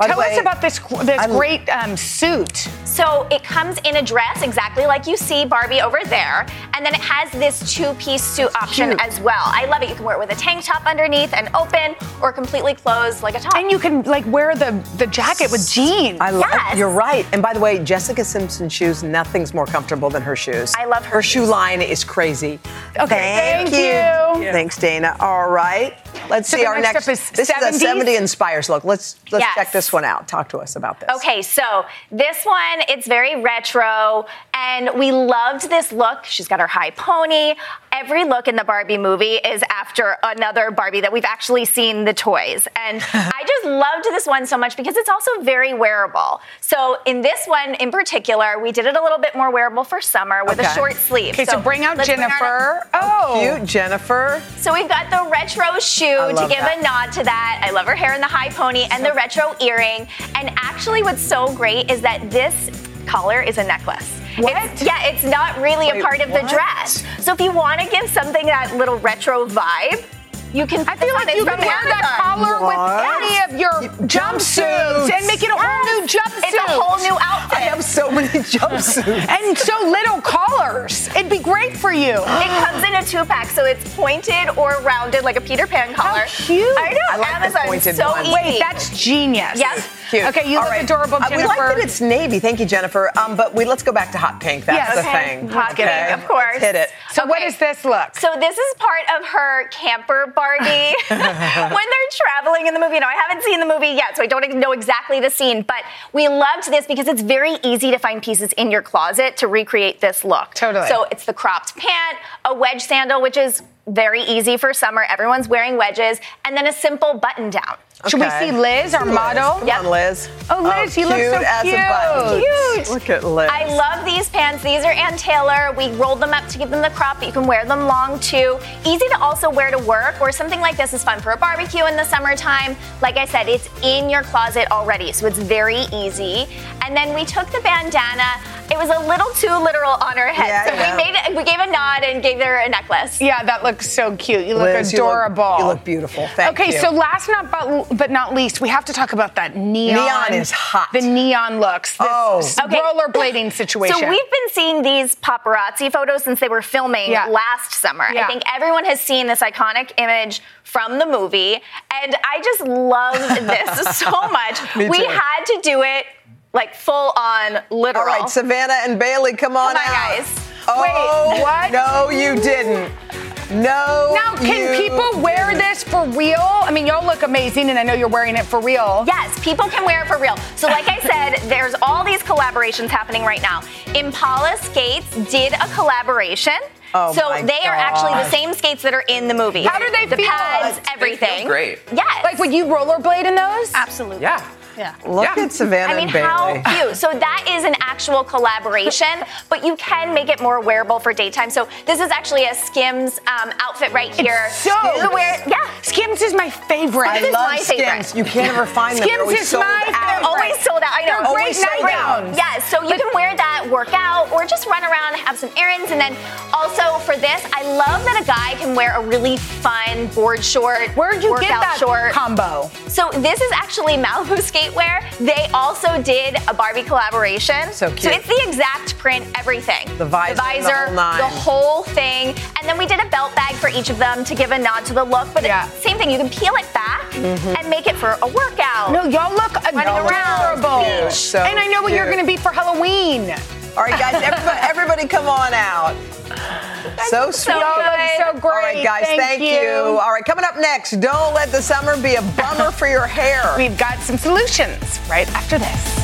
Speaker 3: Tell us about this gr- this
Speaker 12: I l-
Speaker 3: great um, suit.
Speaker 12: So it comes in a dress, exactly like you see Barbie over there, and then it has this two-piece suit option
Speaker 3: cute.
Speaker 12: as well. I love it. You can wear it with a tank top underneath and open, or completely closed like a top.
Speaker 3: And you can like wear the the jacket with jeans.
Speaker 1: I love.
Speaker 12: Yes.
Speaker 1: You're right. And by the way, Jessica Simpson's shoes. Nothing's more comfortable than her shoes.
Speaker 12: I love her
Speaker 1: Her shoe line is crazy. Okay.
Speaker 3: thank you. Yeah.
Speaker 1: Thanks, Dana. All right. Let's
Speaker 3: So
Speaker 1: see
Speaker 3: the
Speaker 1: our next.
Speaker 3: next up is
Speaker 1: this is
Speaker 12: 70s?
Speaker 1: a 70 inspires look. Let's let's
Speaker 12: Yes.
Speaker 1: check this one out. Talk to us about this.
Speaker 12: Okay, so this one, it's very retro, and we loved this look. She's got her high pony. Every look in the Barbie movie is after another Barbie that we've actually seen the toys. And I just loved this one so much because it's also very wearable. So in this one in particular, we did it a little bit more wearable for summer with
Speaker 1: Okay.
Speaker 12: a short sleeve.
Speaker 1: Okay, so bring out
Speaker 12: let's our-
Speaker 1: Jennifer.
Speaker 12: Oh,
Speaker 1: Oh, Cute, Jennifer.
Speaker 12: so we've got the retro shoe
Speaker 1: I
Speaker 12: to
Speaker 1: love
Speaker 12: give
Speaker 1: that.
Speaker 12: a nod to that. I love her hair and the high pony and the retro earring. And actually, what's so great is that this collar is a necklace. What? yeah, it's not really
Speaker 3: Wait,
Speaker 12: a part of
Speaker 3: what?
Speaker 12: the dress. So if you want to give something that little retro vibe, you can. I feel
Speaker 3: You can wear that collar with any of your jumpsuits and make it a whole new jumpsuit.
Speaker 12: It's a whole new outfit.
Speaker 1: I have so many jumpsuits.
Speaker 3: and so little collars. It'd be great for you.
Speaker 12: It comes in a two pack, so it's pointed or rounded like a Peter Pan collar. How
Speaker 3: cute!
Speaker 12: I know.
Speaker 1: I like the
Speaker 12: Amazon
Speaker 1: pointed
Speaker 12: so
Speaker 1: one.
Speaker 12: easy.
Speaker 1: Wait,
Speaker 3: that's genius.
Speaker 12: Yes.
Speaker 1: Cute.
Speaker 3: Okay, you
Speaker 1: All
Speaker 3: look
Speaker 1: right.
Speaker 3: adorable,
Speaker 1: Uh, we like
Speaker 3: Jennifer.
Speaker 1: that it's navy. Thank you, Jennifer. Um, but we let's go back to hot pink. That's
Speaker 3: Yes.
Speaker 1: the
Speaker 3: Okay.
Speaker 1: thing.
Speaker 3: Hot pink, of
Speaker 1: course. hit it.
Speaker 3: So what is this look?
Speaker 12: So this is part of her camper Barbie when they're traveling in the movie. Now I haven't seen the movie yet, so I don't know exactly the scene, but we loved this because it's very easy to find pieces in your closet to recreate this look.
Speaker 3: Totally.
Speaker 12: So it's the cropped pant, a wedge sandal, which is very easy for summer. Everyone's wearing wedges, and then a simple button down.
Speaker 3: Should we see Liz, our model?
Speaker 1: Come on, Liz.
Speaker 3: Oh, Liz, you look so
Speaker 1: as a button.
Speaker 12: cute.
Speaker 1: Look at Liz.
Speaker 12: I love these pants. These are Ann Taylor. We rolled them up to give them the crop, but you can wear them long too. Easy to also wear to work, or something like this is fun for a barbecue in the summertime. Like I said, it's in your closet already, so it's very easy. And then we took the bandana. It was a little too literal on her head,
Speaker 3: Yeah,
Speaker 12: so
Speaker 3: yeah.
Speaker 12: we made it, we gave a nod and gave her a necklace.
Speaker 3: Yeah, that looks so cute. You look
Speaker 1: Liz, you
Speaker 3: adorable.
Speaker 1: You look, beautiful. Thank
Speaker 3: okay,
Speaker 1: you.
Speaker 3: so last not but, but not least, we have to talk about that neon.
Speaker 1: Neon is hot.
Speaker 3: The neon looks. This
Speaker 1: Oh.
Speaker 3: s- rollerblading situation.
Speaker 12: So we've been seeing these paparazzi photos since they were filming
Speaker 3: Yeah.
Speaker 12: last summer.
Speaker 3: Yeah.
Speaker 12: I think everyone has seen this iconic image from the movie, and I just loved this so much.
Speaker 1: Me
Speaker 12: we
Speaker 1: too.
Speaker 12: had to do it like full on literal.
Speaker 1: All right, Savannah and Bailey, come on,
Speaker 12: Come on,
Speaker 1: out.
Speaker 12: guys.
Speaker 1: Oh,
Speaker 3: Wait, what?
Speaker 1: No, you didn't. No.
Speaker 3: Now, can
Speaker 1: you
Speaker 3: people wear this for real? I mean, y'all look amazing, and I know you're wearing it for real.
Speaker 12: Yes, people can wear it for real. So, like I said, there's all these collaborations happening right now. Impala Skates did a collaboration.
Speaker 1: Oh
Speaker 12: so
Speaker 1: my
Speaker 12: they are actually the
Speaker 1: gosh.
Speaker 12: same skates that are in the movie.
Speaker 3: How do they
Speaker 12: the
Speaker 3: feel?
Speaker 12: pads,
Speaker 3: They feel
Speaker 12: everything.
Speaker 5: great.
Speaker 12: Yes.
Speaker 3: Like, would you rollerblade in those?
Speaker 12: Absolutely.
Speaker 5: Yeah.
Speaker 3: Yeah.
Speaker 1: Look at Savannah
Speaker 12: I mean,
Speaker 1: and Bailey.
Speaker 12: how cute. So that is an actual collaboration, but you can make it more wearable for daytime. So this is actually a Skims um, outfit right here.
Speaker 3: So
Speaker 12: you can wear, yeah.
Speaker 3: Skims is my favorite.
Speaker 1: I
Speaker 12: Skims is
Speaker 1: love
Speaker 12: my
Speaker 1: Skims.
Speaker 12: favorite.
Speaker 1: You can't ever find them. They're
Speaker 3: Skims
Speaker 1: always
Speaker 3: is
Speaker 1: sold
Speaker 3: my
Speaker 1: out.
Speaker 12: They're always sold out. I know.
Speaker 3: They're great
Speaker 1: Always sold out.
Speaker 3: nightgowns.
Speaker 12: Yes, so you can wear that, work out, or just run around, have some errands, and then also for this, I love that a guy can wear a really fun board short.
Speaker 3: Where'd you get
Speaker 12: workout
Speaker 3: that
Speaker 12: short.
Speaker 3: combo?
Speaker 12: So this is actually Malibu Skatewear. They also did a Barbie collaboration.
Speaker 1: So cute.
Speaker 12: So it's the exact print, everything.
Speaker 1: The visor, the whole nine.
Speaker 12: the whole thing. And then we did a belt bag for each of them to give a nod to the look. But
Speaker 3: Yeah.
Speaker 12: same thing, you can peel it back
Speaker 1: Mm-hmm.
Speaker 12: and make it for a workout.
Speaker 3: No, y'all look
Speaker 12: Running around.
Speaker 3: adorable.
Speaker 1: Cute, so
Speaker 3: and I know what you're
Speaker 1: cute.
Speaker 3: going to be for Halloween.
Speaker 1: All right, guys, everybody, everybody come on out. so sweet.
Speaker 3: so great.
Speaker 1: All right, guys,
Speaker 3: Thank
Speaker 1: thank,
Speaker 3: you.
Speaker 1: you. All right, coming up next, don't let the summer be a bummer for your hair.
Speaker 3: We've got some solutions right after this.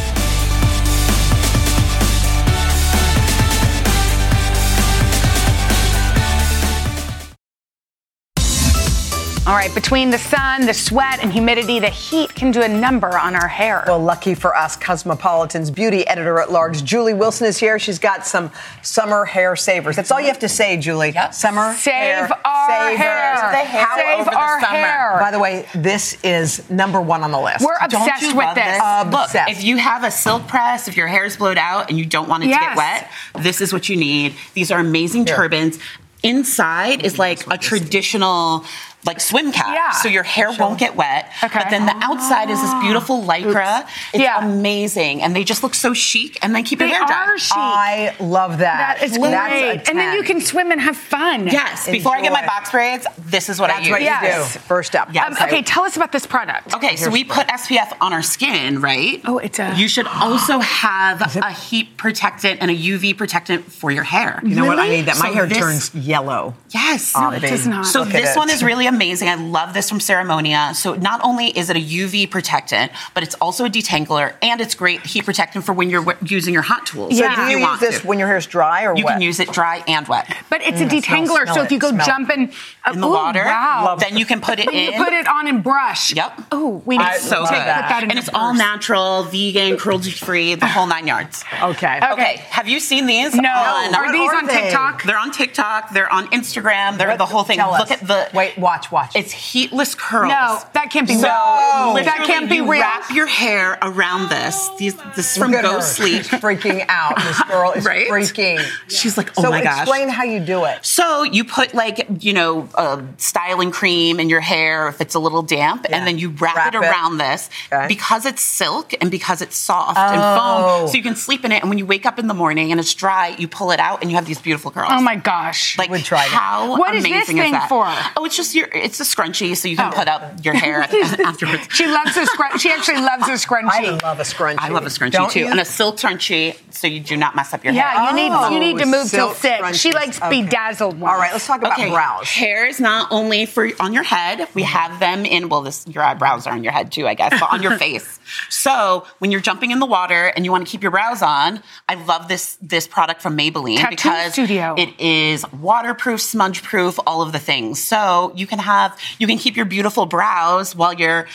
Speaker 3: All right, between the sun, the sweat, and humidity, the heat can do a number on our hair.
Speaker 1: Well, lucky for us, Cosmopolitan's beauty editor at large, Julie Wilson, is here. She's got some summer hair savers. That's all you have to say, Julie. Summer
Speaker 3: Save
Speaker 1: hair
Speaker 3: our
Speaker 1: savers.
Speaker 3: hair. Save the hair
Speaker 1: How
Speaker 3: Save
Speaker 1: over the
Speaker 3: our
Speaker 1: summer.
Speaker 3: hair.
Speaker 1: By the way, this is number one on the list.
Speaker 3: We're
Speaker 1: Don't
Speaker 3: obsessed
Speaker 1: you
Speaker 3: with
Speaker 1: love
Speaker 3: this.
Speaker 1: Obsessed.
Speaker 5: Look, if you have a silk press, if your hair's blowed out and you don't want it
Speaker 3: Yes.
Speaker 5: to get wet, this is what you need. These are amazing turbans. Inside is like a traditional like swim cap,
Speaker 3: Yeah.
Speaker 5: so your hair won't get wet. Okay. But then the outside
Speaker 3: Ah.
Speaker 5: is this beautiful lycra. It's amazing, and they just look so chic, and they keep
Speaker 3: They
Speaker 5: your hair dry.
Speaker 3: are chic. I
Speaker 1: love
Speaker 3: That is great. and then you can swim and have fun. Um,
Speaker 5: Yes. Before I get my box braids, this is what I
Speaker 3: That's
Speaker 5: use.
Speaker 3: what you Yes. do.
Speaker 1: First up.
Speaker 5: Yes.
Speaker 3: Um, okay, tell us about this product.
Speaker 5: Okay, so we put SPF on our skin, right? Oh, it's a. You should also have a heat protectant and a UV protectant for your hair.
Speaker 1: You know what? I need that. My
Speaker 5: So
Speaker 1: hair
Speaker 5: this-
Speaker 1: turns yellow.
Speaker 5: Yes.
Speaker 1: No, it Avi. does not.
Speaker 5: So
Speaker 1: Look at
Speaker 5: this
Speaker 1: it.
Speaker 5: one is really amazing. I love this from Ceremonia. So not only is it a UV protectant, but it's also a detangler and it's great heat protectant for when you're w- using your hot tools.
Speaker 1: So
Speaker 5: if
Speaker 1: do you, use
Speaker 5: want
Speaker 1: this
Speaker 5: to.
Speaker 1: when your hair's dry or
Speaker 5: You
Speaker 1: wet?
Speaker 5: can use it dry and wet.
Speaker 3: But it's
Speaker 1: Mm,
Speaker 3: a
Speaker 1: I smell-
Speaker 3: detangler,
Speaker 1: smell
Speaker 3: so
Speaker 1: it,
Speaker 3: if you go
Speaker 1: smell it.
Speaker 3: jump in,
Speaker 5: in the
Speaker 3: ooh,
Speaker 5: water,
Speaker 3: wow.
Speaker 5: then you can put it
Speaker 3: Then
Speaker 5: in.
Speaker 3: you put it on and brush.
Speaker 5: Yep.
Speaker 3: Oh, we need
Speaker 5: It's
Speaker 3: to
Speaker 5: so
Speaker 3: take-
Speaker 5: good.
Speaker 3: put that in
Speaker 5: and
Speaker 3: your
Speaker 5: it's all natural, vegan, cruelty free, the whole nine yards.
Speaker 1: Okay.
Speaker 5: okay. Have you seen these?
Speaker 3: No.
Speaker 5: On,
Speaker 3: Are these What are on they? TikTok?
Speaker 5: They're on TikTok. They're on Instagram. They're the whole thing.
Speaker 1: Tell
Speaker 5: Look
Speaker 1: us.
Speaker 5: at the.
Speaker 1: Wait, watch, watch.
Speaker 5: It's heatless curls.
Speaker 3: No, that can't be
Speaker 5: so
Speaker 3: real. That
Speaker 5: literally
Speaker 3: can't be
Speaker 5: you
Speaker 3: real.
Speaker 5: Wrap your hair around this. These, this is
Speaker 1: Look
Speaker 5: from
Speaker 1: at her.
Speaker 5: Go Sleep.
Speaker 1: She's freaking out. This girl is
Speaker 5: Right?
Speaker 1: freaking.
Speaker 5: She's like, oh
Speaker 1: so
Speaker 5: my gosh.
Speaker 1: explain how you do it.
Speaker 5: So Oh, you put like you know uh, styling cream in your hair if it's a little damp, and then you wrap,
Speaker 1: Wrap
Speaker 5: it
Speaker 1: it.
Speaker 5: around this
Speaker 1: Okay.
Speaker 5: because it's silk and because it's soft and
Speaker 1: Oh.
Speaker 5: foam, so you can sleep in it. And when you wake up in the morning and it's dry, you pull it out and you have these beautiful curls.
Speaker 3: Oh my gosh.
Speaker 5: Like
Speaker 1: would try that.
Speaker 5: how
Speaker 3: What is
Speaker 5: amazing
Speaker 3: this thing
Speaker 5: that?
Speaker 3: for?
Speaker 5: Oh, it's just your it's a scrunchie, so you can put up your hair afterwards.
Speaker 3: She loves a scrunchie. She actually loves a scrunchie.
Speaker 1: I love a scrunchie.
Speaker 5: I love a scrunchie
Speaker 1: Don't
Speaker 5: too,
Speaker 1: you?
Speaker 5: and a silk scrunchie, so you do not mess up your hair.
Speaker 3: Yeah, you need you need to
Speaker 1: Oh,
Speaker 3: move till
Speaker 1: silk
Speaker 3: six. She
Speaker 1: scrunchies.
Speaker 3: likes
Speaker 1: Okay.
Speaker 3: bedazzled ones.
Speaker 1: All right, let's talk about
Speaker 5: okay.
Speaker 1: brows.
Speaker 5: Hair is not only for on your head. We have them in. Well, this your eyebrows are on your head too, I guess, but on your face. So when you're jumping in the water and you want to keep your brows on, I love this this product from Maybelline
Speaker 3: Tattoo
Speaker 5: because
Speaker 3: Studio.
Speaker 5: it is waterproof, smudge proof, all of the things. So you can have you can keep your beautiful brows while you're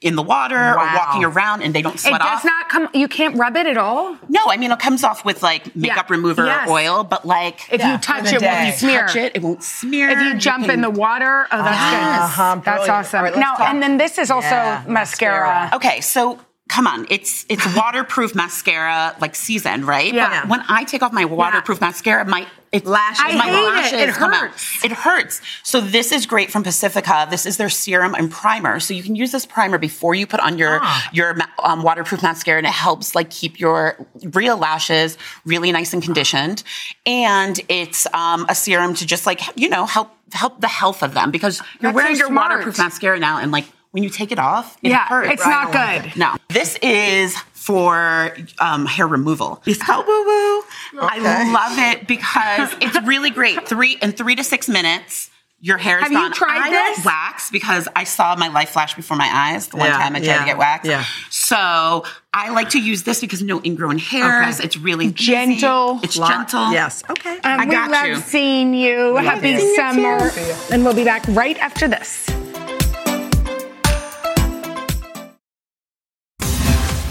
Speaker 5: in the water
Speaker 1: Wow.
Speaker 5: or walking around, and they don't
Speaker 3: It
Speaker 5: sweat off.
Speaker 3: does not come. You can't rub it at all.
Speaker 5: No, I mean it comes off with like makeup remover
Speaker 3: Yes.
Speaker 5: oil, but like
Speaker 3: If
Speaker 1: Yeah,
Speaker 3: you touch
Speaker 1: for the
Speaker 3: it,
Speaker 1: day.
Speaker 3: will
Speaker 1: If
Speaker 3: smear?
Speaker 5: touch it, it won't smear.
Speaker 3: If you jump in
Speaker 5: can-
Speaker 3: the water, oh, that's
Speaker 5: Yes.
Speaker 3: good.
Speaker 1: Uh-huh,
Speaker 3: that's
Speaker 1: brilliant.
Speaker 3: awesome.
Speaker 1: All right, let's
Speaker 3: now,
Speaker 1: talk.
Speaker 3: and then this is also
Speaker 1: Yeah,
Speaker 3: mascara.
Speaker 5: Okay, so come on, it's it's waterproof mascara like season, right?
Speaker 3: Yeah.
Speaker 5: But when I take off my waterproof mascara, my it, lashes,
Speaker 3: I
Speaker 5: my
Speaker 3: hate it.
Speaker 5: lashes
Speaker 3: It
Speaker 5: come
Speaker 3: hurts.
Speaker 5: out. It hurts. So this is great from Pacifica. This is their serum and primer. So you can use this primer before you put on your your ma- um, waterproof mascara, and it helps like keep your real lashes really nice and conditioned. And it's um, a serum to just like you know help help the health of them because you're
Speaker 3: That's
Speaker 5: wearing
Speaker 3: so
Speaker 5: your
Speaker 3: smart.
Speaker 5: waterproof mascara now, and like when you take it off, it
Speaker 3: Yeah,
Speaker 5: hurts.
Speaker 3: it's not good.
Speaker 5: No, this is for um, hair removal. It's called Woo Woo. I love it because it's really great. Three in three to six minutes. Your hair is
Speaker 3: Have you
Speaker 5: gone.
Speaker 3: tried
Speaker 5: I don't
Speaker 3: this?
Speaker 5: wax because I saw my life flash before my eyes the one
Speaker 1: Yeah,
Speaker 5: time I tried
Speaker 1: yeah,
Speaker 5: to get waxed.
Speaker 1: yeah.
Speaker 5: So I like to use this because no ingrown hairs.
Speaker 1: Okay.
Speaker 5: It's really easy.
Speaker 3: Gentle.
Speaker 5: It's
Speaker 1: Lot-
Speaker 5: gentle.
Speaker 1: Yes. Okay.
Speaker 3: Um,
Speaker 5: I
Speaker 3: we
Speaker 5: got
Speaker 3: love
Speaker 5: you.
Speaker 3: seeing you. Happy
Speaker 1: you. See
Speaker 3: summer. And we'll be back right after this.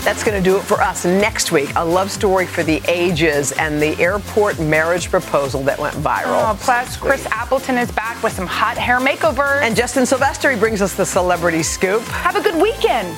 Speaker 1: That's going to do it for us next week. A love story for the ages and the airport marriage proposal that went viral.
Speaker 3: Oh, plus, Chris Appleton is back with some hot hair makeovers.
Speaker 1: And Justin Silvestri brings us the celebrity scoop.
Speaker 3: Have a good weekend.